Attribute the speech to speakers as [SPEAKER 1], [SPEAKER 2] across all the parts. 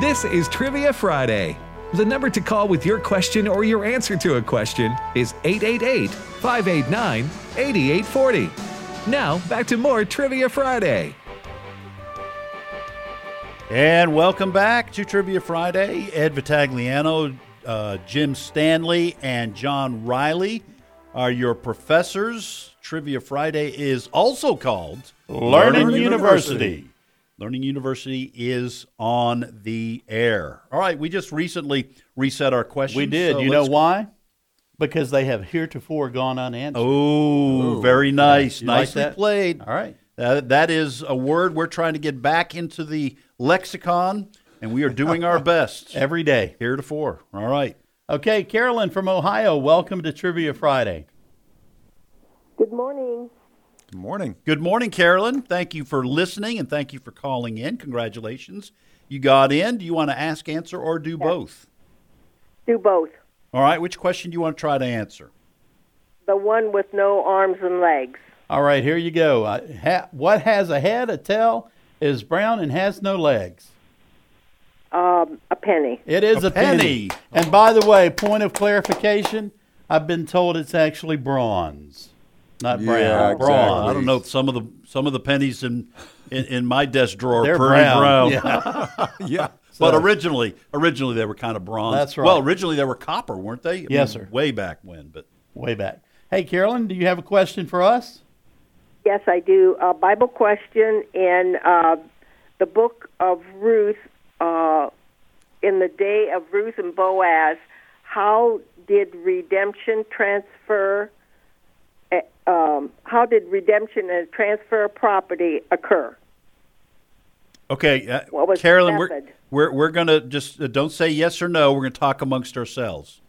[SPEAKER 1] This is Trivia Friday. The number to call with your question or your answer to a question is 888 589 8840. Now, back to more Trivia Friday.
[SPEAKER 2] And welcome back to Trivia Friday. Ed Vitagliano, uh, Jim Stanley, and John Riley are your professors. Trivia Friday is also called
[SPEAKER 3] Learning University.
[SPEAKER 2] Learning University is on the air. All right, we just recently reset our questions.
[SPEAKER 3] We did.
[SPEAKER 2] so
[SPEAKER 3] you know
[SPEAKER 2] let's-
[SPEAKER 3] why? Because they have heretofore gone unanswered.
[SPEAKER 2] Oh, very nice.
[SPEAKER 3] You like
[SPEAKER 2] Nicely
[SPEAKER 3] that?
[SPEAKER 2] played.
[SPEAKER 3] All right.
[SPEAKER 2] That- that is a word we're trying to get back into the lexicon, and we are doing our best.
[SPEAKER 3] Every day.
[SPEAKER 2] Here to four. All right.
[SPEAKER 3] Okay, Carolyn from Ohio, welcome to Trivia Friday.
[SPEAKER 4] Good morning.
[SPEAKER 5] Good morning.
[SPEAKER 2] Good morning, Carolyn. Thank you for listening and thank you for calling in. Congratulations. You got in. Do you want to ask, answer, or do both?
[SPEAKER 4] Do both.
[SPEAKER 2] All right. Which question do you want to try to answer?
[SPEAKER 4] The one with no arms and legs.
[SPEAKER 3] All right, here you go. Uh, ha- what has a head, a tail, is brown and has no legs?
[SPEAKER 4] Um, a penny.
[SPEAKER 3] It is
[SPEAKER 2] A
[SPEAKER 3] a,
[SPEAKER 2] penny.
[SPEAKER 3] And by the way, point of clarification, I've been told it's actually bronze, not
[SPEAKER 5] Yeah,
[SPEAKER 3] brown.
[SPEAKER 5] exactly.
[SPEAKER 3] Bronze.
[SPEAKER 2] Oh, I don't know. Some of the some of the pennies in in, in my desk drawer are
[SPEAKER 3] They're
[SPEAKER 2] pretty
[SPEAKER 3] brown.
[SPEAKER 2] brown.
[SPEAKER 3] Yeah.
[SPEAKER 5] Yeah.
[SPEAKER 2] But originally, originally they were kind of bronze.
[SPEAKER 3] That's right.
[SPEAKER 2] Well, originally they were copper, weren't they? I
[SPEAKER 3] Yes,
[SPEAKER 2] mean,
[SPEAKER 3] sir.
[SPEAKER 2] Way back when, but
[SPEAKER 3] Way back. Hey, Carolyn, do you have a question for us?
[SPEAKER 4] Yes, I do. A Bible question in uh, the book of Ruth, uh, in the day of Ruth and Boaz, how did redemption transfer? eh, Um, how did redemption and transfer of property occur?
[SPEAKER 2] okay, uh,
[SPEAKER 4] What was the
[SPEAKER 2] Carolyn, we're,
[SPEAKER 4] method?
[SPEAKER 2] we're we're gonna just uh, don't say yes or no. We're gonna talk amongst ourselves.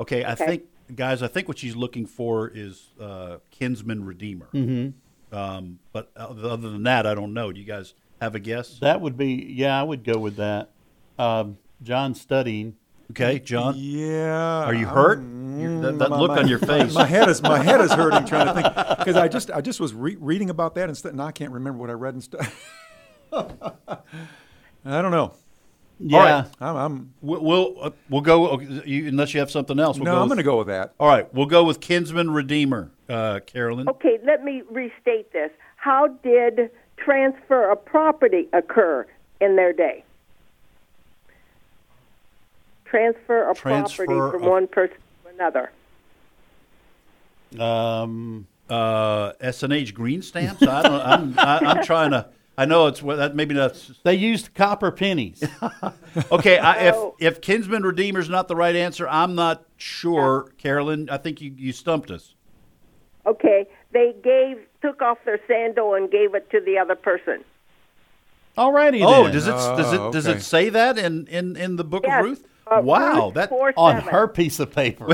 [SPEAKER 2] Okay, I think guys, I think what she's looking for is uh, kinsman redeemer. Mm-hmm. Um, but other other than that, I don't know. Do you guys have a guess?
[SPEAKER 3] That would be, yeah, I would go with that. Um, John studying.
[SPEAKER 2] Okay, John,
[SPEAKER 5] Mm, Yeah. mm,
[SPEAKER 2] are you hurt? You're- that that look on your face.
[SPEAKER 5] My head is my head is hurting trying to think because I just I just was re- reading about that and, st- and I can't remember what I read and stuff. I don't know.
[SPEAKER 3] Yeah.
[SPEAKER 2] right.
[SPEAKER 5] I'm, I'm
[SPEAKER 2] We'll we'll, uh, we'll go okay, you, unless you have something else. We'll
[SPEAKER 5] no.
[SPEAKER 2] go
[SPEAKER 5] I'm
[SPEAKER 2] with-
[SPEAKER 5] going to go with that.
[SPEAKER 2] All right, we'll go with Kinsman Redeemer, uh, Carolyn.
[SPEAKER 4] Okay, let me restate this. How did transfer of property occur in their day? Transfer of
[SPEAKER 2] Transfer
[SPEAKER 4] property from
[SPEAKER 2] of-
[SPEAKER 4] one person to another.
[SPEAKER 3] Um,
[SPEAKER 2] Uh, SNH green stamps. I don't. I'm, I, I'm trying to. I know it's well, that maybe that's
[SPEAKER 3] they used copper pennies.
[SPEAKER 2] okay. I, if
[SPEAKER 4] Oh.
[SPEAKER 2] if Kinsman Redeemer's not the right answer, I'm not sure, Carolyn. I think you, you stumped us.
[SPEAKER 4] Okay, they gave took off their sandal and gave it to the other person.
[SPEAKER 3] All righty
[SPEAKER 2] Oh,
[SPEAKER 3] then.
[SPEAKER 2] does it does it
[SPEAKER 5] Oh,
[SPEAKER 2] does
[SPEAKER 5] okay.
[SPEAKER 2] it say that in in in the book
[SPEAKER 4] Yes,
[SPEAKER 2] of Ruth?
[SPEAKER 4] uh,
[SPEAKER 2] wow,
[SPEAKER 4] Ruth
[SPEAKER 2] that
[SPEAKER 4] 4:7.
[SPEAKER 3] on her piece of paper.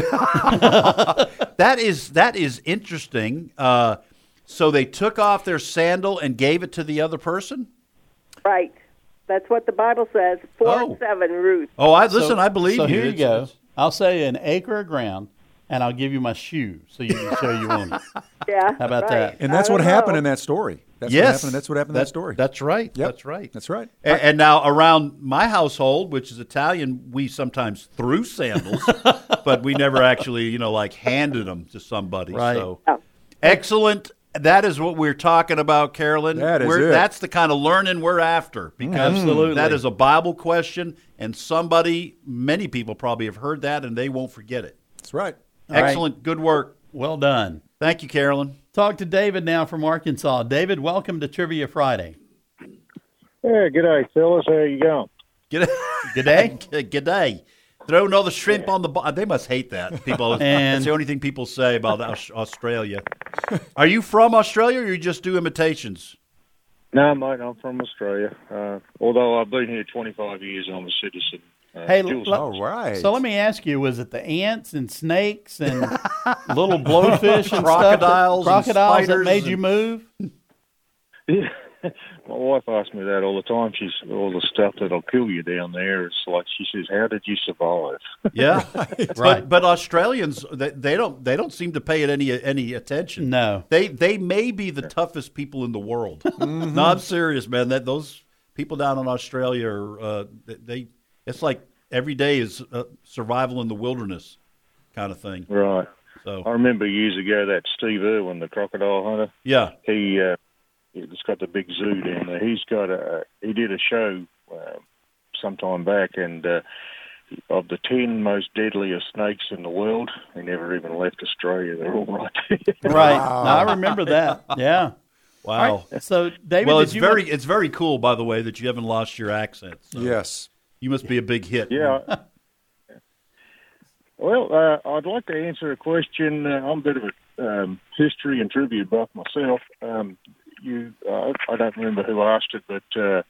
[SPEAKER 2] that is that is interesting. Uh, so they took off their sandal and gave it to the other person.
[SPEAKER 4] right. That's what the Bible says. Four
[SPEAKER 2] Oh.
[SPEAKER 4] seven Ruth.
[SPEAKER 2] Oh, I listen. I believe
[SPEAKER 3] so
[SPEAKER 2] you.
[SPEAKER 3] here you
[SPEAKER 2] It's-
[SPEAKER 3] go.
[SPEAKER 2] it's-
[SPEAKER 3] I'll say an acre of ground, and I'll give you my shoe so you can show you on it.
[SPEAKER 4] Yeah.
[SPEAKER 3] How about
[SPEAKER 4] right.
[SPEAKER 3] that?
[SPEAKER 5] And that's
[SPEAKER 4] I
[SPEAKER 5] what
[SPEAKER 4] don't
[SPEAKER 5] happened
[SPEAKER 4] know.
[SPEAKER 5] in that story. That's
[SPEAKER 2] yes,
[SPEAKER 5] What happened, that's what happened in that story.
[SPEAKER 2] That's right.
[SPEAKER 5] Yep.
[SPEAKER 2] That's right.
[SPEAKER 5] That's right.
[SPEAKER 2] A- And, now around my household, which is Italian, we sometimes threw sandals, but we never actually, you know, like handed them to somebody.
[SPEAKER 3] Right.
[SPEAKER 2] So
[SPEAKER 4] Oh.
[SPEAKER 2] excellent. That is what we're talking about, Carolyn.
[SPEAKER 5] That is
[SPEAKER 2] We're-
[SPEAKER 5] it. Mm.
[SPEAKER 2] That's the kind of learning we're after because
[SPEAKER 3] Absolutely.
[SPEAKER 2] that is a Bible question, and somebody, many people probably have heard that, and they won't forget it.
[SPEAKER 5] That's right.
[SPEAKER 3] right.
[SPEAKER 2] excellent. Good work.
[SPEAKER 3] Well done.
[SPEAKER 2] Thank you, Carolyn.
[SPEAKER 3] Talk to David now from Arkansas. David, welcome to Trivia Friday.
[SPEAKER 6] Yeah, good day, fellas. How you going?
[SPEAKER 2] Good day. Good day. Throw another shrimp on the bo- They must hate that. People. always-
[SPEAKER 3] And-
[SPEAKER 2] that's the only thing people say about Aus- Australia. Are you from Australia, or you just do imitations?
[SPEAKER 6] No, mate, I'm from Australia. Uh, although I've been here 25 years, I'm a citizen. Uh,
[SPEAKER 3] Hey,
[SPEAKER 6] dual
[SPEAKER 3] let-
[SPEAKER 5] All right.
[SPEAKER 3] So let me ask you: Was it the ants and snakes and little blowfish and
[SPEAKER 2] Crocodiles and
[SPEAKER 3] stuff that, crocodiles that
[SPEAKER 2] spiders
[SPEAKER 3] made you
[SPEAKER 2] and-
[SPEAKER 3] move?
[SPEAKER 6] Yeah. My wife asks me that all the time. She's all the stuff that'll kill you down there. It's like she says, "How did you survive?"
[SPEAKER 2] Yeah, But,
[SPEAKER 3] Right.
[SPEAKER 2] but Australians, they, they don't they don't seem to pay it any any attention.
[SPEAKER 3] No. Mm-hmm.
[SPEAKER 2] They they may be the toughest people in the world. No, I'm serious, man. That those people down in Australia are uh, they, they. It's like every day is uh, survival in the wilderness kind of thing.
[SPEAKER 6] Right.
[SPEAKER 2] So
[SPEAKER 6] I remember years ago that Steve Irwin, the crocodile hunter,
[SPEAKER 2] yeah,
[SPEAKER 6] he uh, it's got the big zoo down there. He's got a he did a show uh, some time back, and uh, of the ten most deadliest snakes in the world, they never even left Australia. They're all right there.
[SPEAKER 3] Right. No, I remember that. Yeah.
[SPEAKER 2] wow.
[SPEAKER 3] All right. So, David,
[SPEAKER 2] Well,
[SPEAKER 3] did
[SPEAKER 2] it's
[SPEAKER 3] you
[SPEAKER 2] very it's very cool, by the way, that you haven't lost your accent. So
[SPEAKER 5] Yes.
[SPEAKER 2] You must be a big hit.
[SPEAKER 6] Yeah. well, uh, I'd like to answer a question. Uh, I'm a bit of a um, history and trivia buff myself. Um, you, uh, I don't remember who asked it, but uh,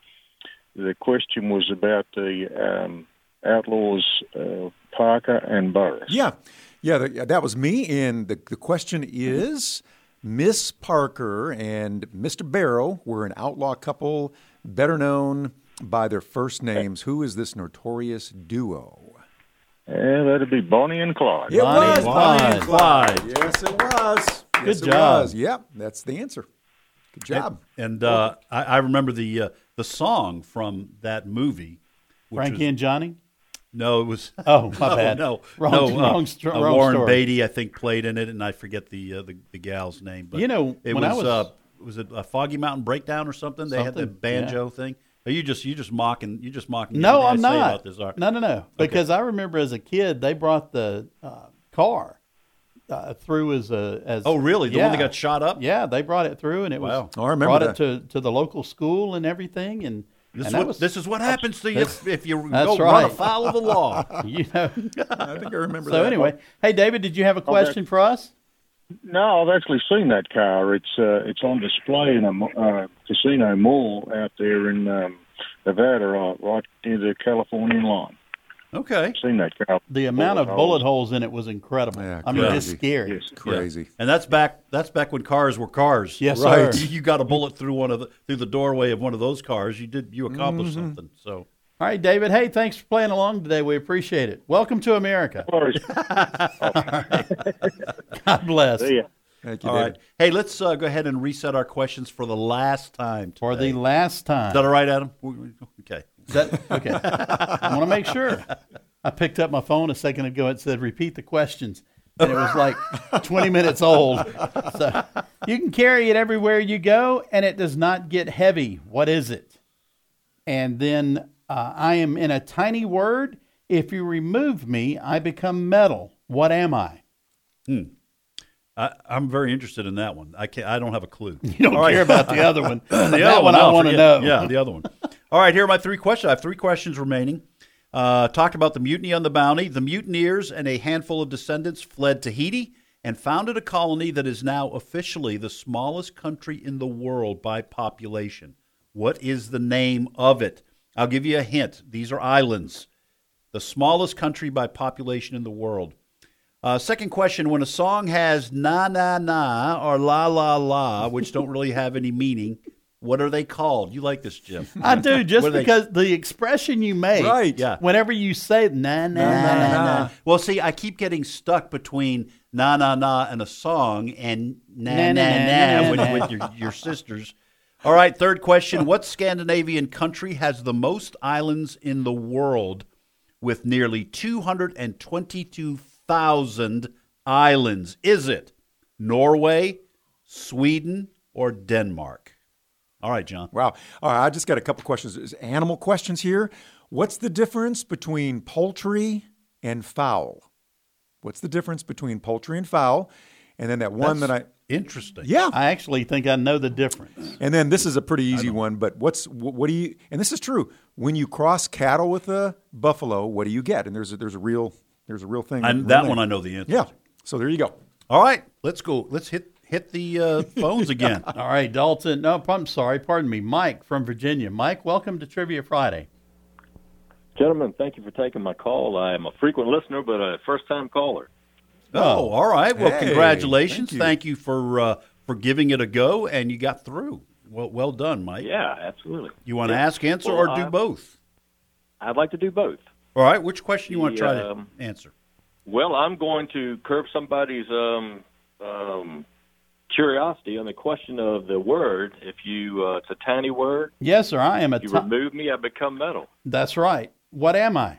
[SPEAKER 6] the question was about the um, outlaws uh, Parker and Burris.
[SPEAKER 5] Yeah, yeah, th- that was me. And the, the question is Miss Parker and Mr. Barrow were an outlaw couple, better known by their first names. Who is this notorious duo?
[SPEAKER 6] Yeah, that'd be Bonnie and Clyde.
[SPEAKER 5] It
[SPEAKER 3] Bonnie
[SPEAKER 5] was
[SPEAKER 3] and
[SPEAKER 5] Bonnie and
[SPEAKER 2] Clyde.
[SPEAKER 5] Clyde. Yes, it was. Good yes, It
[SPEAKER 3] job.
[SPEAKER 5] was. Yep, that's the answer. Good job.
[SPEAKER 2] And uh, I, I remember the uh, the song from that movie. Which
[SPEAKER 3] Frankie
[SPEAKER 2] was-
[SPEAKER 3] and Johnny?
[SPEAKER 2] no, it was
[SPEAKER 3] Oh, my
[SPEAKER 2] no,
[SPEAKER 3] bad.
[SPEAKER 2] No,
[SPEAKER 3] Wrong-
[SPEAKER 2] no, uh,
[SPEAKER 3] wrong st-
[SPEAKER 2] uh,
[SPEAKER 3] wrong
[SPEAKER 2] Warren
[SPEAKER 3] story.
[SPEAKER 2] Beatty, I think, played in it, and I forget the uh, the, the gal's name. But
[SPEAKER 3] You know,
[SPEAKER 2] it
[SPEAKER 3] when I
[SPEAKER 2] was,
[SPEAKER 3] was-
[SPEAKER 2] uh, was it a Foggy Mountain Breakdown or something? They had the
[SPEAKER 3] Something,
[SPEAKER 2] banjo thing. Are you just you just mocking? You just mocking?
[SPEAKER 3] No,
[SPEAKER 2] everything
[SPEAKER 3] I'm
[SPEAKER 2] I say
[SPEAKER 3] not.
[SPEAKER 2] About this, aren't-
[SPEAKER 3] No, no, no. Because I remember as a kid, they brought the uh, car uh, through as a as.
[SPEAKER 2] Oh, really? The one that
[SPEAKER 3] Yeah.
[SPEAKER 2] got shot up?
[SPEAKER 3] Yeah, they brought it through, and it was.
[SPEAKER 2] Wow. Oh,
[SPEAKER 5] I remember
[SPEAKER 3] brought
[SPEAKER 5] that.
[SPEAKER 3] it to, to the local school and everything, and
[SPEAKER 2] This
[SPEAKER 3] and
[SPEAKER 2] is
[SPEAKER 3] that
[SPEAKER 2] what
[SPEAKER 3] was-
[SPEAKER 2] this is what happens to you if, if you
[SPEAKER 3] that's
[SPEAKER 2] go run
[SPEAKER 3] right.
[SPEAKER 2] afoul of the law.
[SPEAKER 3] you know.
[SPEAKER 5] I think I remember
[SPEAKER 3] so
[SPEAKER 5] that.
[SPEAKER 3] anyway, hey David, did you have a question for us?
[SPEAKER 6] No, I've actually seen that car. It's uh, it's on display in a mo- uh, casino mall out there in um, Nevada, right, right near the California line.
[SPEAKER 2] Okay.
[SPEAKER 6] I've seen that car.
[SPEAKER 3] The amount of bullet holes in it was incredible.
[SPEAKER 5] Yeah,
[SPEAKER 3] I mean, it's
[SPEAKER 5] crazy.
[SPEAKER 3] scary.
[SPEAKER 6] Yes.
[SPEAKER 5] Crazy.
[SPEAKER 2] And that's back. That's back when cars were cars.
[SPEAKER 3] Yes,
[SPEAKER 5] Right.
[SPEAKER 3] sir.
[SPEAKER 2] You, you got a bullet through one of the through the doorway of one of those cars. You did. You accomplished something. So
[SPEAKER 3] All right, David. Hey, thanks for playing along today. We appreciate it. Welcome to America.
[SPEAKER 6] Sorry.
[SPEAKER 3] God bless.
[SPEAKER 6] See ya.
[SPEAKER 5] Thank you,
[SPEAKER 2] all right.
[SPEAKER 5] David.
[SPEAKER 2] Hey, let's uh, go ahead and reset our questions for the last time.
[SPEAKER 3] For
[SPEAKER 2] today.
[SPEAKER 3] the last time.
[SPEAKER 2] Is that all right, Adam? We- we- Okay.
[SPEAKER 3] Is that okay? I want to make sure. I picked up my phone a second ago. It said, "Repeat the questions," and it was like 20 minutes old. So you can carry it everywhere you go, and it does not get heavy. What is it? And then uh, I am in a tiny word. If you remove me, I become metal. What am I?
[SPEAKER 2] I, I'm very interested in that one. I can not I don't have a clue.
[SPEAKER 3] You don't care about the other one.
[SPEAKER 2] the
[SPEAKER 3] that
[SPEAKER 2] other
[SPEAKER 3] one, I
[SPEAKER 2] no,
[SPEAKER 3] want to know.
[SPEAKER 2] forget- Yeah, the other one. All right, here are my three questions. I have three questions remaining. Uh, talked about the mutiny on the Bounty. The mutineers and a handful of descendants fled Tahiti and founded a colony that is now officially the smallest country in the world by population. What is the name of it? I'll give you a hint. These are islands. The smallest country by population in the world. Uh, second question: When a song has na na na or la la la, which don't really have any meaning, what are they called? You like this, Jim?
[SPEAKER 3] I do
[SPEAKER 2] What
[SPEAKER 3] just
[SPEAKER 2] are they-
[SPEAKER 3] because the expression you make,
[SPEAKER 5] Right.
[SPEAKER 2] Yeah.
[SPEAKER 3] Whenever you say na na na na, na
[SPEAKER 2] uh, Well, see, I keep getting stuck between na na na and a song and na na
[SPEAKER 3] Na, na,
[SPEAKER 2] na,
[SPEAKER 3] na, na,
[SPEAKER 2] with,
[SPEAKER 3] na.
[SPEAKER 2] with your, your sisters. All right. Third question: What Scandinavian country has the most islands in the world, with nearly two hundred and twenty-two thousand islands? Is it Norway, Sweden, or Denmark? All right, John.
[SPEAKER 5] Wow. All right, I just got a couple questions. Is animal questions here. What's the difference between poultry and fowl? What's the difference between poultry and fowl? And then that one that I
[SPEAKER 2] Interesting.
[SPEAKER 5] yeah.
[SPEAKER 3] I actually think I know the difference.
[SPEAKER 5] and then this is a pretty easy one, but what's wh- what do you? And this is true. When you cross cattle with a buffalo, what do you get? And there's a, there's a real there's a real thing.
[SPEAKER 2] And that one I know the answer.
[SPEAKER 5] Yeah. So there you go.
[SPEAKER 2] All right, let's go. Let's hit hit the uh, phones again.
[SPEAKER 3] All right, Dalton. No, I'm sorry. Pardon me, Mike from Virginia. Mike, welcome to Trivia Friday.
[SPEAKER 7] Gentlemen, thank you for taking my call. I am a frequent listener, but a first-time caller.
[SPEAKER 2] Oh, all right. Well,
[SPEAKER 5] Hey,
[SPEAKER 2] congratulations. Thank
[SPEAKER 5] thank
[SPEAKER 2] you,
[SPEAKER 5] you.
[SPEAKER 2] for uh, for giving it a go, and you got through. Well, well done, Mike.
[SPEAKER 7] Yeah, absolutely.
[SPEAKER 2] You want to ask, answer,
[SPEAKER 7] Well, uh,
[SPEAKER 2] or do
[SPEAKER 7] I-
[SPEAKER 2] both?
[SPEAKER 7] I'd like to do both.
[SPEAKER 2] All right. Which question you want to
[SPEAKER 7] The,
[SPEAKER 2] try to
[SPEAKER 7] um,
[SPEAKER 2] answer?
[SPEAKER 7] Well, I'm going to curb somebody's um, um, curiosity on the question of the word. If you, uh, it's a tiny word.
[SPEAKER 3] Yes, sir. I am a.
[SPEAKER 7] You
[SPEAKER 3] ti-
[SPEAKER 7] remove me, I become metal.
[SPEAKER 3] That's right. What am I?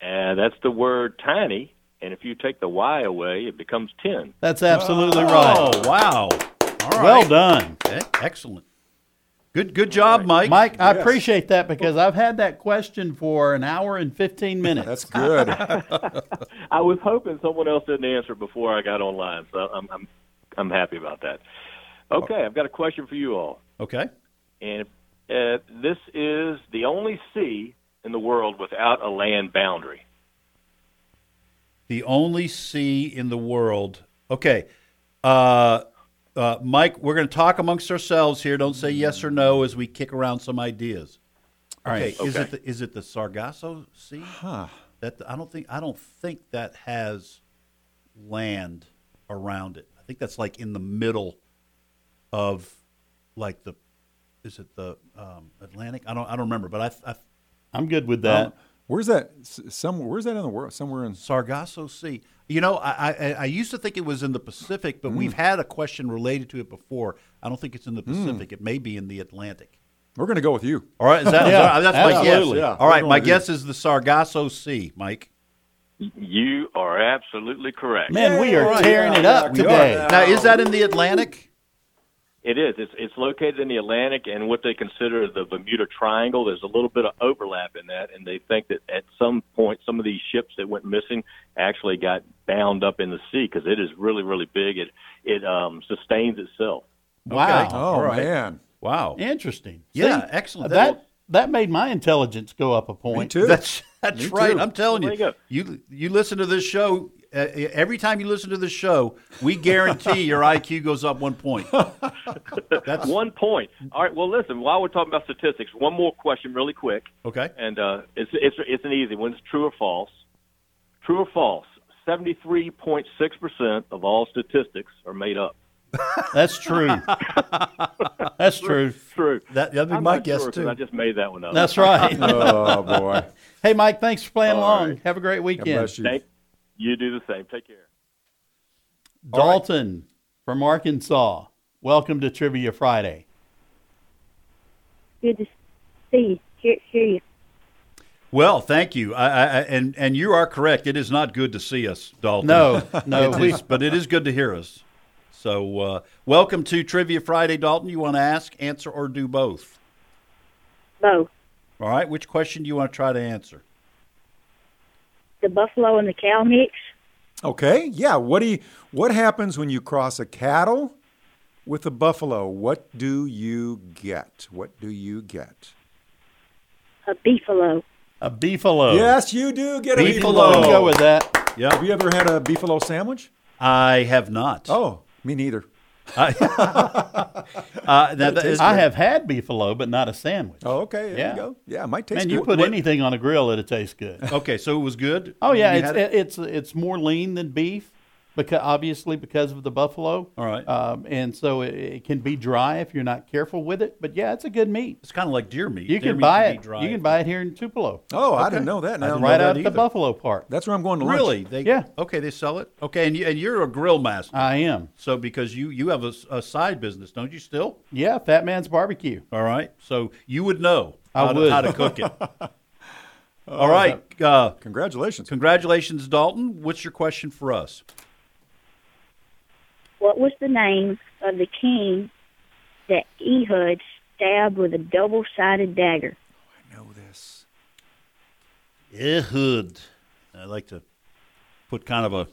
[SPEAKER 7] And that's the word tiny. And if you take the Y away, it becomes 10.
[SPEAKER 3] That's absolutely right.
[SPEAKER 2] Oh wow! All right.
[SPEAKER 3] Well done,
[SPEAKER 2] E- excellent. Good good job, Mike.
[SPEAKER 3] Mike. I appreciate that because I've had that question for an hour and fifteen minutes.
[SPEAKER 5] That's good.
[SPEAKER 7] I was hoping someone else didn't answer before I got online, so I'm, I'm, I'm happy about that. Okay, I've got a question for you all.
[SPEAKER 2] Okay.
[SPEAKER 7] And uh, this is the only sea in the world without a land boundary.
[SPEAKER 2] The only sea in the world. Okay. Uh, uh, Mike, we're going to talk amongst ourselves here. Don't say yes or no as we kick around some ideas. All right. Is it the, is it the Sargasso Sea? Huh. That I don't think I don't think that has land around it. I think that's like in the middle of like the is it the um, Atlantic? I don't I don't remember, but I, I
[SPEAKER 3] I'm good with that.
[SPEAKER 2] Uh,
[SPEAKER 5] Where's that? s- Some where's that in the world? Somewhere in
[SPEAKER 2] Sargasso Sea. You know, I, I I used to think it was in the Pacific, but we've had a question related to it before. I don't think it's in the Pacific. It may be in the Atlantic.
[SPEAKER 5] we're going to go with you.
[SPEAKER 2] All right, is that,
[SPEAKER 3] Yeah,
[SPEAKER 2] that's my guess.
[SPEAKER 3] absolutely.
[SPEAKER 5] Yeah.
[SPEAKER 2] All right, my
[SPEAKER 5] We're going
[SPEAKER 2] guess is the Sargasso Sea, Mike.
[SPEAKER 7] You are absolutely correct.
[SPEAKER 3] Man, we are tearing it up
[SPEAKER 5] we are.
[SPEAKER 3] today.
[SPEAKER 2] Now, is that in the Atlantic?
[SPEAKER 7] It is. It's, it's located in the Atlantic and what they consider the Bermuda Triangle. There's a little bit of overlap in that, and they think that at some point, some of these ships that went missing actually got bound up in the sea because it is really, really big. It it um, sustains itself.
[SPEAKER 3] Wow.
[SPEAKER 2] Okay.
[SPEAKER 5] Oh
[SPEAKER 2] All right.
[SPEAKER 5] man,
[SPEAKER 2] Wow.
[SPEAKER 3] Interesting.
[SPEAKER 2] Yeah,
[SPEAKER 3] See,
[SPEAKER 2] excellent.
[SPEAKER 3] That that made my intelligence go up a
[SPEAKER 5] me
[SPEAKER 3] point.
[SPEAKER 5] too.
[SPEAKER 2] That's that's
[SPEAKER 5] Me
[SPEAKER 2] right.
[SPEAKER 5] too.
[SPEAKER 2] I'm telling
[SPEAKER 7] There you
[SPEAKER 2] you.
[SPEAKER 7] go.
[SPEAKER 2] You you listen to this show. Uh, every time you listen to this show, we guarantee your IQ goes up one point. That's
[SPEAKER 7] One point. All right. Well, listen. While we're talking about statistics, one more question, really quick,
[SPEAKER 2] okay.
[SPEAKER 7] and uh, it's it's it's an easy one. It's true or false. True or false? Seventy-three point six percent of all statistics are made up.
[SPEAKER 3] That's true. That's true.
[SPEAKER 7] True.
[SPEAKER 2] That that'd be
[SPEAKER 7] I'm
[SPEAKER 2] my
[SPEAKER 7] not
[SPEAKER 2] guess
[SPEAKER 7] sure 'cause
[SPEAKER 2] too.
[SPEAKER 7] I just made that one up.
[SPEAKER 3] That's right.
[SPEAKER 5] oh boy,
[SPEAKER 3] hey, Mike, thanks for playing
[SPEAKER 7] All
[SPEAKER 3] along.
[SPEAKER 7] right.
[SPEAKER 3] Have a great
[SPEAKER 5] God
[SPEAKER 3] weekend.
[SPEAKER 5] bless you.
[SPEAKER 7] Thank, you do the same. Take care.
[SPEAKER 3] Dalton from Arkansas. Welcome to Trivia Friday.
[SPEAKER 8] Good to see you. Hear, hear you.
[SPEAKER 2] Well, thank you. I, I, I- and and you are correct. It is not good to see us, Dalton.
[SPEAKER 3] No, no,
[SPEAKER 2] It
[SPEAKER 3] we-
[SPEAKER 2] is- but it is good to hear us. So, uh, welcome to Trivia Friday, Dalton. You want to ask, answer, or do both?
[SPEAKER 8] Bo,
[SPEAKER 2] All right. Which question do you want to try to answer?
[SPEAKER 8] the buffalo and the cow mix.
[SPEAKER 5] Okay, yeah. What do you, what happens when you cross a cattle with a buffalo? What do you get? What do you get?
[SPEAKER 8] A beefalo.
[SPEAKER 3] A beefalo.
[SPEAKER 5] Yes, you do get a
[SPEAKER 3] Beefalo.
[SPEAKER 5] beefalo.
[SPEAKER 3] We'll Go with that.
[SPEAKER 5] Have you ever had a beefalo sandwich?
[SPEAKER 2] I have not.
[SPEAKER 5] Oh, me neither.
[SPEAKER 2] Uh, that- that is-
[SPEAKER 3] I have had beefalo, but not a sandwich.
[SPEAKER 5] Oh, okay. There
[SPEAKER 3] Yeah.
[SPEAKER 5] you go. Yeah, it might taste
[SPEAKER 3] Man,
[SPEAKER 5] good.
[SPEAKER 3] you put anything on a grill, it'll taste good.
[SPEAKER 2] Okay, so it was good.
[SPEAKER 3] Oh yeah,
[SPEAKER 2] You
[SPEAKER 3] it's
[SPEAKER 2] had it?
[SPEAKER 3] it, it's it's more lean than beef because obviously because of the buffalo.
[SPEAKER 2] All right.
[SPEAKER 3] um, and so it, it can be dry if you're not careful with it. But yeah, it's a good meat.
[SPEAKER 2] it's kind of like deer meat.
[SPEAKER 3] You
[SPEAKER 2] Deer
[SPEAKER 3] can
[SPEAKER 2] meat
[SPEAKER 3] buy
[SPEAKER 2] be
[SPEAKER 3] it.
[SPEAKER 2] dry.
[SPEAKER 3] You can buy it here in Tupelo,
[SPEAKER 5] oh, I didn't know that. Now
[SPEAKER 3] right
[SPEAKER 2] that
[SPEAKER 3] out of the
[SPEAKER 2] either.
[SPEAKER 3] buffalo park.
[SPEAKER 5] That's where I'm going to lunch.
[SPEAKER 2] Really? They,
[SPEAKER 3] Yeah.
[SPEAKER 2] Okay, they sell it. Okay, and you, and you're a grill master.
[SPEAKER 3] I am.
[SPEAKER 2] so because you you have a, s- a side business, don't you still?
[SPEAKER 3] Yeah, Fat Man's Barbecue.
[SPEAKER 2] All right. So you would know
[SPEAKER 3] I
[SPEAKER 2] how, to,
[SPEAKER 3] would. Oh,
[SPEAKER 2] how to cook it. All right. Uh,
[SPEAKER 5] Congratulations.
[SPEAKER 2] congratulations, Dalton. What's your question for us?
[SPEAKER 8] What was the name of the king that Ehud stabbed with a double-sided dagger?
[SPEAKER 5] I know this.
[SPEAKER 2] Ehud. I like to put kind of a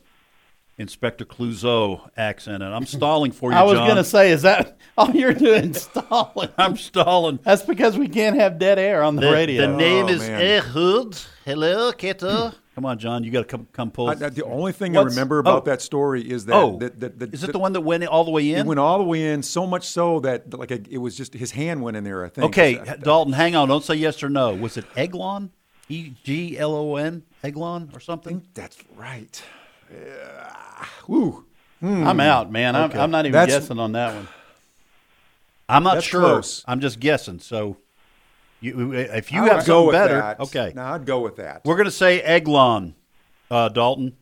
[SPEAKER 2] Inspector Clouseau accent in. I'm stalling for you,
[SPEAKER 3] I was
[SPEAKER 2] John.
[SPEAKER 3] gonna say, is that all you're doing? Stalling.
[SPEAKER 2] I'm stalling.
[SPEAKER 3] That's because we can't have dead air on the,
[SPEAKER 2] The,
[SPEAKER 3] radio.
[SPEAKER 2] the name
[SPEAKER 5] Oh,
[SPEAKER 2] is
[SPEAKER 5] man. Hmm.
[SPEAKER 2] Ehud. Hello, Keto. come on, John. You got to come come pull.
[SPEAKER 5] I, I- the only thing I
[SPEAKER 2] What's-
[SPEAKER 5] remember about
[SPEAKER 2] oh.
[SPEAKER 5] that story is that
[SPEAKER 2] oh,
[SPEAKER 5] that, that, that
[SPEAKER 2] is it the one that went all the way in?
[SPEAKER 5] It went all the way in, so much so that like it was just his hand went in there. I think.
[SPEAKER 2] Okay,
[SPEAKER 5] I-
[SPEAKER 2] Dalton, hang on. Don't say yes or no. Was it Eglon? E G L O N? Eglon or something?
[SPEAKER 5] that's right. Yeah. Ooh,
[SPEAKER 3] I'm out, man. I'm, I'm not even
[SPEAKER 5] Hmm. That's-
[SPEAKER 3] guessing on that one.
[SPEAKER 2] I'm not
[SPEAKER 5] That's
[SPEAKER 2] sure.
[SPEAKER 5] close.
[SPEAKER 2] I'm just guessing. So you, if you
[SPEAKER 5] I would
[SPEAKER 2] have
[SPEAKER 5] go
[SPEAKER 2] something
[SPEAKER 5] with
[SPEAKER 2] better,
[SPEAKER 5] that.
[SPEAKER 2] okay.
[SPEAKER 5] No, I'd go with that.
[SPEAKER 2] We're going to say Eglon, uh, Dalton.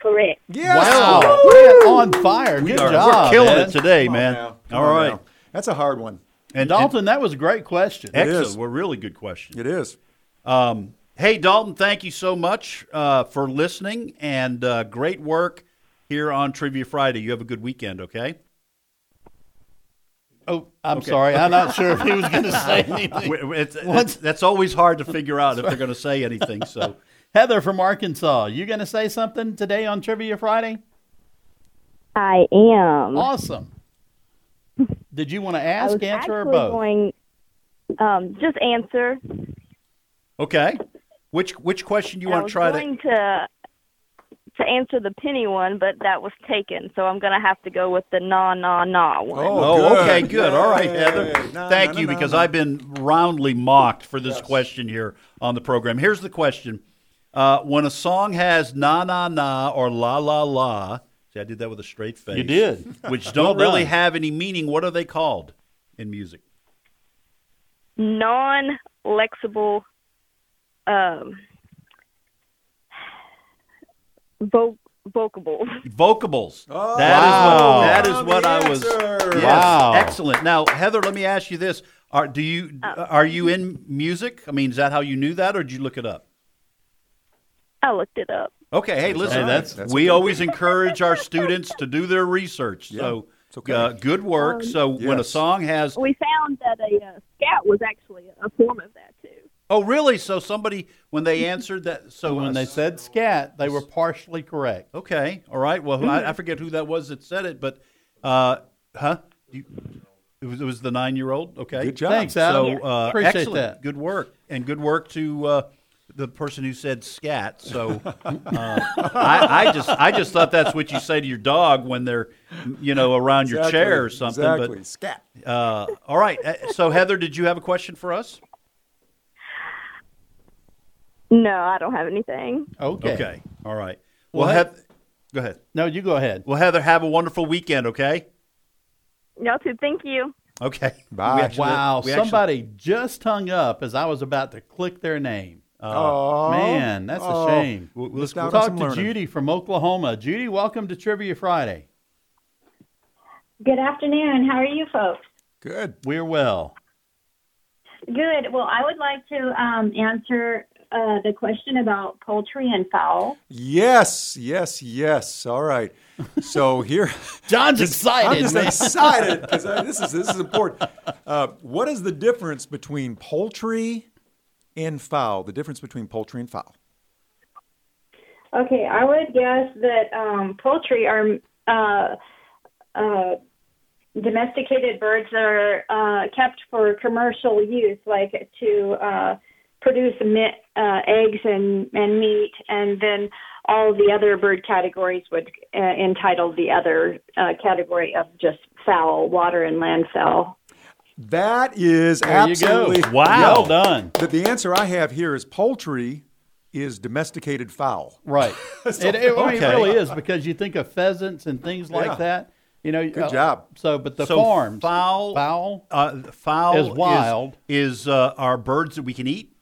[SPEAKER 8] correct.
[SPEAKER 5] Yes.
[SPEAKER 3] Wow, we're on fire. Good
[SPEAKER 2] All right,
[SPEAKER 3] job,
[SPEAKER 2] we're killing
[SPEAKER 3] Ed.
[SPEAKER 2] it today,
[SPEAKER 5] Come on
[SPEAKER 2] man.
[SPEAKER 5] now. Come
[SPEAKER 2] All
[SPEAKER 5] on
[SPEAKER 2] right.
[SPEAKER 5] now. That's a hard one.
[SPEAKER 2] And Dalton,
[SPEAKER 3] Dalton, that was a great question.
[SPEAKER 2] excellent.
[SPEAKER 5] is.
[SPEAKER 2] Well, really good question.
[SPEAKER 5] It is.
[SPEAKER 2] Um, hey, Dalton, thank you so much uh, for listening and uh, great work here on Trivia Friday. You have a good weekend, okay?
[SPEAKER 3] Oh, I'm sorry. I'm not sure if he was going to say anything.
[SPEAKER 2] W- w- it's-
[SPEAKER 3] Once-
[SPEAKER 2] that's always hard to figure out if they're going to say anything. So,
[SPEAKER 3] Heather from Arkansas, you going to say something today on Trivia Friday?
[SPEAKER 9] I am.
[SPEAKER 3] Awesome. Did you want to
[SPEAKER 9] I was
[SPEAKER 3] ask, Oh, answer, or
[SPEAKER 9] actually
[SPEAKER 3] both?
[SPEAKER 9] going um, just answer.
[SPEAKER 2] okay, which which question do you
[SPEAKER 9] I
[SPEAKER 2] want
[SPEAKER 9] was
[SPEAKER 2] to try to?
[SPEAKER 9] going to to answer the penny one, but that was taken, so I'm gonna have to go with the na na na one.
[SPEAKER 2] Oh, okay, good. All right, Heather.
[SPEAKER 5] Yay. No,
[SPEAKER 2] Thank
[SPEAKER 5] no,
[SPEAKER 2] you,
[SPEAKER 5] no, no,
[SPEAKER 2] because
[SPEAKER 5] no.
[SPEAKER 2] I've been roundly mocked for this question here on the program. Here's the question uh, When a song has na na na or la la la, see, I did that with a straight face.
[SPEAKER 3] You did.
[SPEAKER 2] Which
[SPEAKER 3] Well
[SPEAKER 2] don't
[SPEAKER 3] done.
[SPEAKER 2] really have any meaning, what are they called in music?
[SPEAKER 9] Non lexible um vo- vocables.
[SPEAKER 2] Vocables.
[SPEAKER 3] Wow.
[SPEAKER 5] Oh,
[SPEAKER 2] That is what, that is
[SPEAKER 5] the
[SPEAKER 2] what I was.
[SPEAKER 5] answer.
[SPEAKER 2] Yes,
[SPEAKER 3] Wow.
[SPEAKER 2] Excellent. Now, Heather, let me ask you this. Are, do you, are you in music? I mean, is that how you knew that, or did you look it up?
[SPEAKER 9] I looked it up.
[SPEAKER 2] Okay, hey, listen.
[SPEAKER 3] all right.
[SPEAKER 2] that's,
[SPEAKER 5] That's
[SPEAKER 2] we always encourage our students to do their research. So,
[SPEAKER 5] it's okay.
[SPEAKER 2] uh, good work. so, when a
[SPEAKER 5] yes.
[SPEAKER 2] song has,
[SPEAKER 9] We found that a uh, scout was actually a form of that too.
[SPEAKER 2] oh, really? So somebody when they answered that, so
[SPEAKER 3] when they said scat, they were partially correct.
[SPEAKER 2] okay, all right. Well, who- I, I forget who that was that said it, but, uh, huh? You, it was it was the nine year old. Okay,
[SPEAKER 5] Good job.
[SPEAKER 3] Thanks, Adam.
[SPEAKER 2] So, uh,
[SPEAKER 3] Appreciate
[SPEAKER 2] excellent.
[SPEAKER 3] that.
[SPEAKER 2] Good work, and good work to uh, the person who said scat. So, uh, I, I just, I just thought that's what you say to your dog when they're, you know, around your
[SPEAKER 5] Exactly,
[SPEAKER 2] chair or something.
[SPEAKER 5] Exactly. Scat.
[SPEAKER 2] But uh, all right. Uh, So, Heather, did you have a question for us?
[SPEAKER 9] No, I don't have anything.
[SPEAKER 3] Okay.
[SPEAKER 2] Okay. All right. Well,
[SPEAKER 3] Well,
[SPEAKER 2] Heath- go ahead.
[SPEAKER 3] No, you go ahead.
[SPEAKER 2] Well, Heather, have a wonderful weekend. Okay.
[SPEAKER 9] Y'all too, thank you.
[SPEAKER 2] Okay. We
[SPEAKER 5] Bye.
[SPEAKER 2] actually-
[SPEAKER 3] Wow,
[SPEAKER 2] we actually-
[SPEAKER 3] somebody just hung up as I was about to click their name. Uh,
[SPEAKER 5] Oh
[SPEAKER 3] Man, that's a shame.
[SPEAKER 2] Well,
[SPEAKER 5] Let's
[SPEAKER 2] let's-
[SPEAKER 5] go
[SPEAKER 3] Talk to Judy from Oklahoma. Judy, welcome to Trivia Friday.
[SPEAKER 10] Good afternoon. How are you folks?
[SPEAKER 5] Good.
[SPEAKER 3] We're well.
[SPEAKER 10] Good. Well, I would like to um, answer uh, the question about poultry and fowl.
[SPEAKER 5] Yes, yes, yes. All right. So here,
[SPEAKER 3] John's excited.
[SPEAKER 5] I'm just
[SPEAKER 3] man.
[SPEAKER 5] excited because this is this is important. Uh, what is the difference between poultry and fowl? The difference between poultry and fowl.
[SPEAKER 10] Okay, I would guess that um, poultry are uh, uh, domesticated birds that are uh, kept for commercial use, like to uh, produce mi- uh, eggs and, and meat, and then all the other bird categories would uh, entitle the other uh, category of just fowl, water and land fowl.
[SPEAKER 5] That is
[SPEAKER 3] There you go.
[SPEAKER 5] absolutely
[SPEAKER 2] Wow.
[SPEAKER 3] Well done.
[SPEAKER 5] The, the answer I have here is poultry is domesticated fowl.
[SPEAKER 3] Right. it, it- I mean, it
[SPEAKER 2] Okay.
[SPEAKER 3] really is because you think of pheasants and things like
[SPEAKER 5] Yeah.
[SPEAKER 3] that. You know. Good
[SPEAKER 5] job.
[SPEAKER 3] So, but the
[SPEAKER 2] So
[SPEAKER 3] farms,
[SPEAKER 2] fowl-
[SPEAKER 3] fowl.
[SPEAKER 2] Uh, fowl
[SPEAKER 3] Is wild.
[SPEAKER 2] is, is, uh, are birds that we can eat.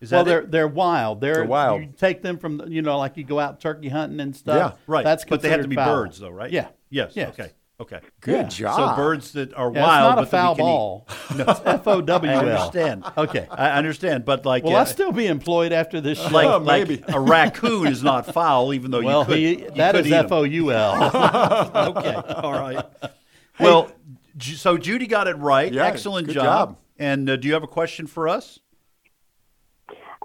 [SPEAKER 2] Is
[SPEAKER 3] Well,
[SPEAKER 2] that
[SPEAKER 3] they're
[SPEAKER 2] it?
[SPEAKER 3] they're wild. They're,
[SPEAKER 5] They're wild.
[SPEAKER 3] You take them from the- you know, like you go out turkey hunting and stuff.
[SPEAKER 5] Yeah,
[SPEAKER 2] right?
[SPEAKER 3] That's
[SPEAKER 2] but they have to
[SPEAKER 3] considered
[SPEAKER 2] be
[SPEAKER 3] fowl.
[SPEAKER 2] birds, though, right?
[SPEAKER 3] Yeah.
[SPEAKER 2] Yes.
[SPEAKER 3] Yes.
[SPEAKER 2] Okay. Okay.
[SPEAKER 5] Good
[SPEAKER 3] Yeah. So
[SPEAKER 5] job.
[SPEAKER 2] So birds that are
[SPEAKER 3] Yeah,
[SPEAKER 2] wild,
[SPEAKER 3] it's not a
[SPEAKER 2] but that
[SPEAKER 3] foul
[SPEAKER 2] we can
[SPEAKER 3] ball. It's F O W
[SPEAKER 2] eat. I
[SPEAKER 3] L.
[SPEAKER 2] understand.
[SPEAKER 3] Okay.
[SPEAKER 2] I understand, but like,
[SPEAKER 3] Well,
[SPEAKER 2] uh,
[SPEAKER 3] I'll still be employed after this show.
[SPEAKER 2] like,
[SPEAKER 5] Oh,
[SPEAKER 2] like
[SPEAKER 5] maybe.
[SPEAKER 2] a raccoon is not foul, even though
[SPEAKER 3] well,
[SPEAKER 2] you could.
[SPEAKER 3] he,
[SPEAKER 2] you
[SPEAKER 3] that
[SPEAKER 2] could
[SPEAKER 3] is
[SPEAKER 2] eat 'em.
[SPEAKER 3] F O U L.
[SPEAKER 2] okay. All right. Well, Ju- so Judy got it right.
[SPEAKER 5] Yeah,
[SPEAKER 2] Excellent
[SPEAKER 5] good
[SPEAKER 2] job.
[SPEAKER 5] job.
[SPEAKER 2] And uh, do you have a question for us?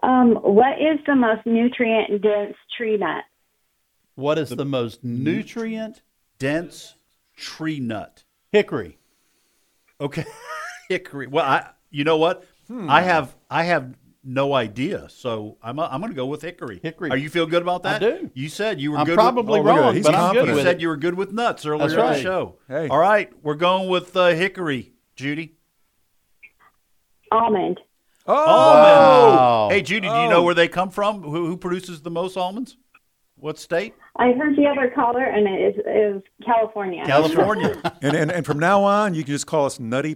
[SPEAKER 10] Um, what is the most nutrient dense tree nut?
[SPEAKER 3] What is the, most nutrient
[SPEAKER 2] Dense tree nut.
[SPEAKER 3] hickory?
[SPEAKER 2] Okay. Hickory. Well, I. You know what?
[SPEAKER 3] Hmm.
[SPEAKER 2] I have. I have no idea. So I'm. i I'm going to go with hickory.
[SPEAKER 3] Hickory.
[SPEAKER 2] Are you feel good about
[SPEAKER 3] I
[SPEAKER 2] that?
[SPEAKER 3] do.
[SPEAKER 2] You said you were
[SPEAKER 3] I'm
[SPEAKER 2] good.
[SPEAKER 3] probably
[SPEAKER 5] oh,
[SPEAKER 2] with,
[SPEAKER 5] look at
[SPEAKER 3] wrong,
[SPEAKER 5] that. He's
[SPEAKER 3] but I'm good
[SPEAKER 5] confident.
[SPEAKER 2] You
[SPEAKER 3] with
[SPEAKER 2] said
[SPEAKER 3] it.
[SPEAKER 2] you were good with nuts earlier
[SPEAKER 3] That's
[SPEAKER 2] in the
[SPEAKER 3] right.
[SPEAKER 2] show.
[SPEAKER 5] Hey.
[SPEAKER 2] All right, we're going with uh, hickory, Judy.
[SPEAKER 10] Almond.
[SPEAKER 5] Oh,
[SPEAKER 2] Almonds.
[SPEAKER 3] Wow.
[SPEAKER 2] Hey, Judy, do you
[SPEAKER 3] Oh.
[SPEAKER 2] know where they come from? Who, who produces the most almonds? What state?
[SPEAKER 10] I heard the other caller, and it is, is California.
[SPEAKER 2] California.
[SPEAKER 5] And, and and from now on, you can just call us nutty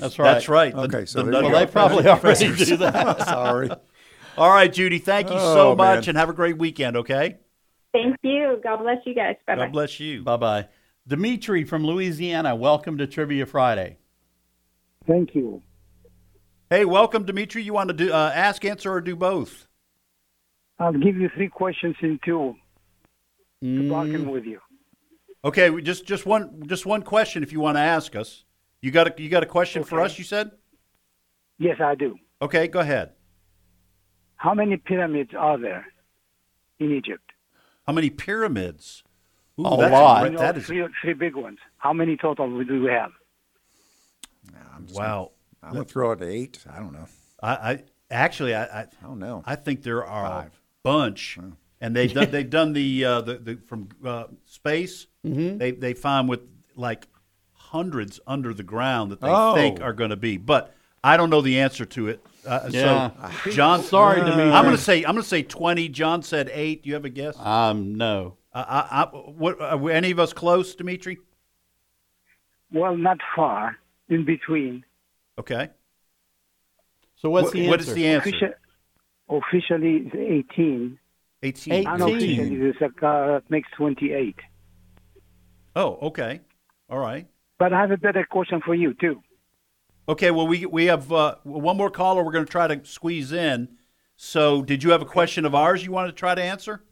[SPEAKER 3] That's right.
[SPEAKER 2] That's right. The-
[SPEAKER 5] Okay, so
[SPEAKER 2] the
[SPEAKER 5] there
[SPEAKER 2] nut-
[SPEAKER 5] you
[SPEAKER 3] Well,
[SPEAKER 5] go.
[SPEAKER 3] they probably already do that.
[SPEAKER 5] Sorry.
[SPEAKER 2] All right, Judy, thank you
[SPEAKER 5] Oh,
[SPEAKER 2] so much
[SPEAKER 5] man.
[SPEAKER 2] and have a great weekend, okay?
[SPEAKER 10] Thank you. God bless you guys. Bye bye.
[SPEAKER 2] God bless you.
[SPEAKER 3] Bye bye. Dimitri from Louisiana, welcome to Trivia Friday.
[SPEAKER 6] Thank you.
[SPEAKER 2] Hey, welcome, Dimitri. You want to do uh, ask, answer, or do both?
[SPEAKER 6] I'll give you three questions in two. To bargain with you.
[SPEAKER 2] Mm. Okay, we just just one just one question. If you want to ask us, you got a, you got a question for
[SPEAKER 6] Okay.
[SPEAKER 2] us? You said.
[SPEAKER 6] Yes, I do.
[SPEAKER 2] Okay, go ahead.
[SPEAKER 6] How many pyramids are there in Egypt?
[SPEAKER 2] How many pyramids? Ooh,
[SPEAKER 3] A
[SPEAKER 2] that's
[SPEAKER 3] lot.
[SPEAKER 2] great. That is
[SPEAKER 6] three, three big ones. How many total do we have?
[SPEAKER 2] wow.
[SPEAKER 5] I'm going to throw it to eight. I don't know.
[SPEAKER 2] I, I actually I, I
[SPEAKER 5] I don't know.
[SPEAKER 2] I think there are a
[SPEAKER 5] Oh. Five.
[SPEAKER 2] bunch, and they've done, they've done the, uh, the the from uh, space. They they find with like hundreds under the ground that they
[SPEAKER 5] Oh.
[SPEAKER 2] think are going to be, but I don't know the answer to it. Uh, So
[SPEAKER 3] Yeah.
[SPEAKER 2] John,
[SPEAKER 3] Sorry, Dimitri.
[SPEAKER 2] I'm going to say I'm going to say twenty. John said eight. Do you have a guess? Uh,
[SPEAKER 3] Um, no.
[SPEAKER 2] I, I, what, are any of us close, Dimitri?
[SPEAKER 6] Well, not far in between.
[SPEAKER 2] Okay.
[SPEAKER 3] So what's
[SPEAKER 2] What-
[SPEAKER 3] the answer?
[SPEAKER 2] what is the
[SPEAKER 6] Offici-
[SPEAKER 2] answer?
[SPEAKER 6] officially, it's 18.
[SPEAKER 2] Eighteen.
[SPEAKER 3] Eight. 18.
[SPEAKER 6] Unofficially, the Saqqara makes uh, 28.
[SPEAKER 2] Oh, okay. All right.
[SPEAKER 6] But I have a better question for you, too.
[SPEAKER 2] Okay, well, we we have uh, one more caller. We're going to try to squeeze in. So, did you have a question of ours you want to try to answer?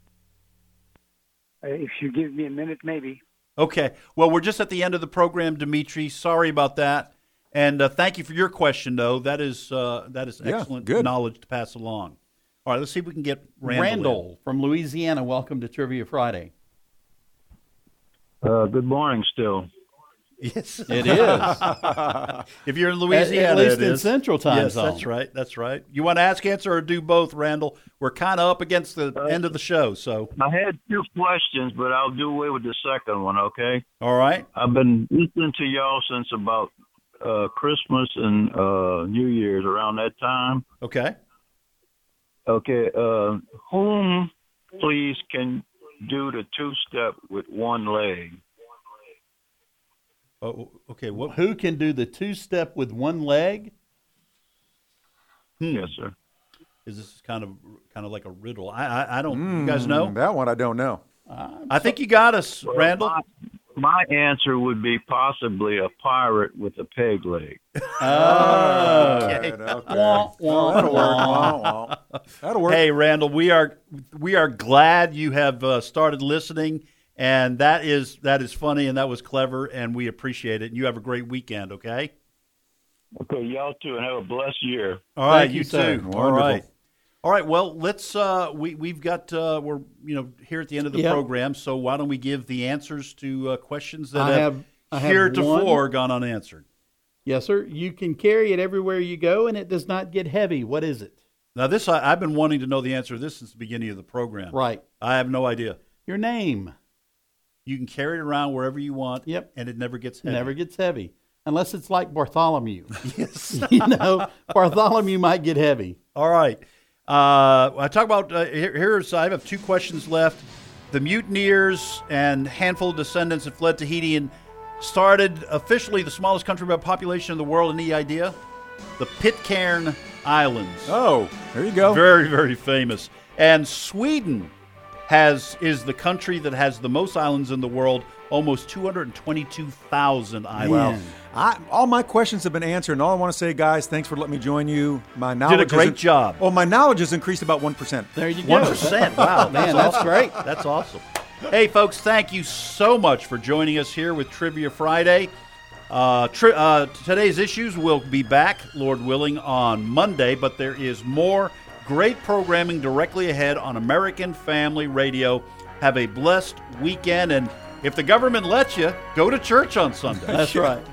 [SPEAKER 6] Uh, if you give me a minute, maybe.
[SPEAKER 2] Okay. Well, we're just at the end of the program, Dimitri. Sorry about that, and uh, thank you for your question, though. That is uh, that is
[SPEAKER 5] Yeah,
[SPEAKER 2] excellent
[SPEAKER 5] good.
[SPEAKER 2] knowledge to pass along. All right, let's see if we can get Randall.
[SPEAKER 3] Randall,
[SPEAKER 2] in.
[SPEAKER 3] from Louisiana, welcome to Trivia Friday.
[SPEAKER 6] Uh, good morning, still.
[SPEAKER 2] Yes,
[SPEAKER 3] It is.
[SPEAKER 2] if you're in Louisiana,
[SPEAKER 3] at least
[SPEAKER 2] it
[SPEAKER 3] in
[SPEAKER 2] is.
[SPEAKER 3] Central Time
[SPEAKER 2] yes,
[SPEAKER 3] Zone.
[SPEAKER 2] that's right. That's right. You want to ask, answer, or do both, Randall? We're kind of up against the end of the show, so
[SPEAKER 6] I had two questions, but I'll do away with the second one, okay?
[SPEAKER 2] all right.
[SPEAKER 6] I've been listening to y'all since about uh, Christmas and uh, New Year's around that time.
[SPEAKER 2] Okay.
[SPEAKER 6] Okay, uh, whom, please, can do the two step with one leg?
[SPEAKER 2] Oh, okay. What?
[SPEAKER 3] Who can do the two step with one leg?
[SPEAKER 6] Yes, sir.
[SPEAKER 2] is this kind of kind of like a riddle. I I, I don't.
[SPEAKER 3] Mm.
[SPEAKER 2] you guys know?
[SPEAKER 5] Hmm, That one I don't know.
[SPEAKER 2] I think you got us, Randall.
[SPEAKER 6] My answer would be possibly a pirate with a peg leg.
[SPEAKER 5] All right, okay. Oh, that'll work. Wah, wah. That'll work.
[SPEAKER 2] Hey, Randall, we are we are glad you have uh, started listening, and that is that is funny and that was clever, and we appreciate it. And you have a great weekend. Okay.
[SPEAKER 6] Okay, y'all too, and have a blessed year.
[SPEAKER 2] All right,
[SPEAKER 3] Thank you,
[SPEAKER 2] you,
[SPEAKER 3] sir.
[SPEAKER 2] too. All
[SPEAKER 5] Wonderful.
[SPEAKER 2] right. All right. Well, let's. Uh, we we've got. Uh, we're you know here at the end of the
[SPEAKER 3] Yeah.
[SPEAKER 2] program, so why don't we give the answers to uh, questions that
[SPEAKER 3] I
[SPEAKER 2] have,
[SPEAKER 3] have- I have
[SPEAKER 2] heretofore
[SPEAKER 3] one.
[SPEAKER 2] gone unanswered.
[SPEAKER 3] Yes, sir. You can carry it everywhere you go, and it does not get heavy. What is it?
[SPEAKER 2] Now, this I, I've been wanting to know the answer to this since the beginning of the program.
[SPEAKER 3] Right.
[SPEAKER 2] I have no idea.
[SPEAKER 3] Your name
[SPEAKER 2] You can carry it around wherever you want.
[SPEAKER 3] Yep.
[SPEAKER 2] And it never gets heavy.
[SPEAKER 3] never gets heavy unless it's like Bartholomew.
[SPEAKER 2] Yes.
[SPEAKER 3] you know, Bartholomew might get heavy.
[SPEAKER 2] All right. Uh, I talk about uh, here, here's I have two questions left. The mutineers and handful of descendants that fled Tahiti and started officially the smallest country by population in the world. Any idea? The Pitcairn Islands.
[SPEAKER 5] Oh, there you go.
[SPEAKER 2] Very, very famous. And Sweden has is the country that has the most islands in the world, almost 222,000 islands.
[SPEAKER 5] Wow. I, all my questions have been answered, and all I want to say, guys, thanks for letting me join you. My knowledge is-
[SPEAKER 2] great job.
[SPEAKER 5] Oh, my knowledge has increased about one percent.
[SPEAKER 3] There you go.
[SPEAKER 2] One percent. Wow,
[SPEAKER 3] Man, that's
[SPEAKER 2] awesome.
[SPEAKER 3] great.
[SPEAKER 2] That's awesome. Hey, folks, thank you so much for joining us here with Trivia Friday. Uh, tri- uh, today's issues will be back, Lord willing, on Monday, but there is more great programming directly ahead on American Family Radio. Have a blessed weekend, and if the government lets you, go to church on Sunday.
[SPEAKER 3] That's right.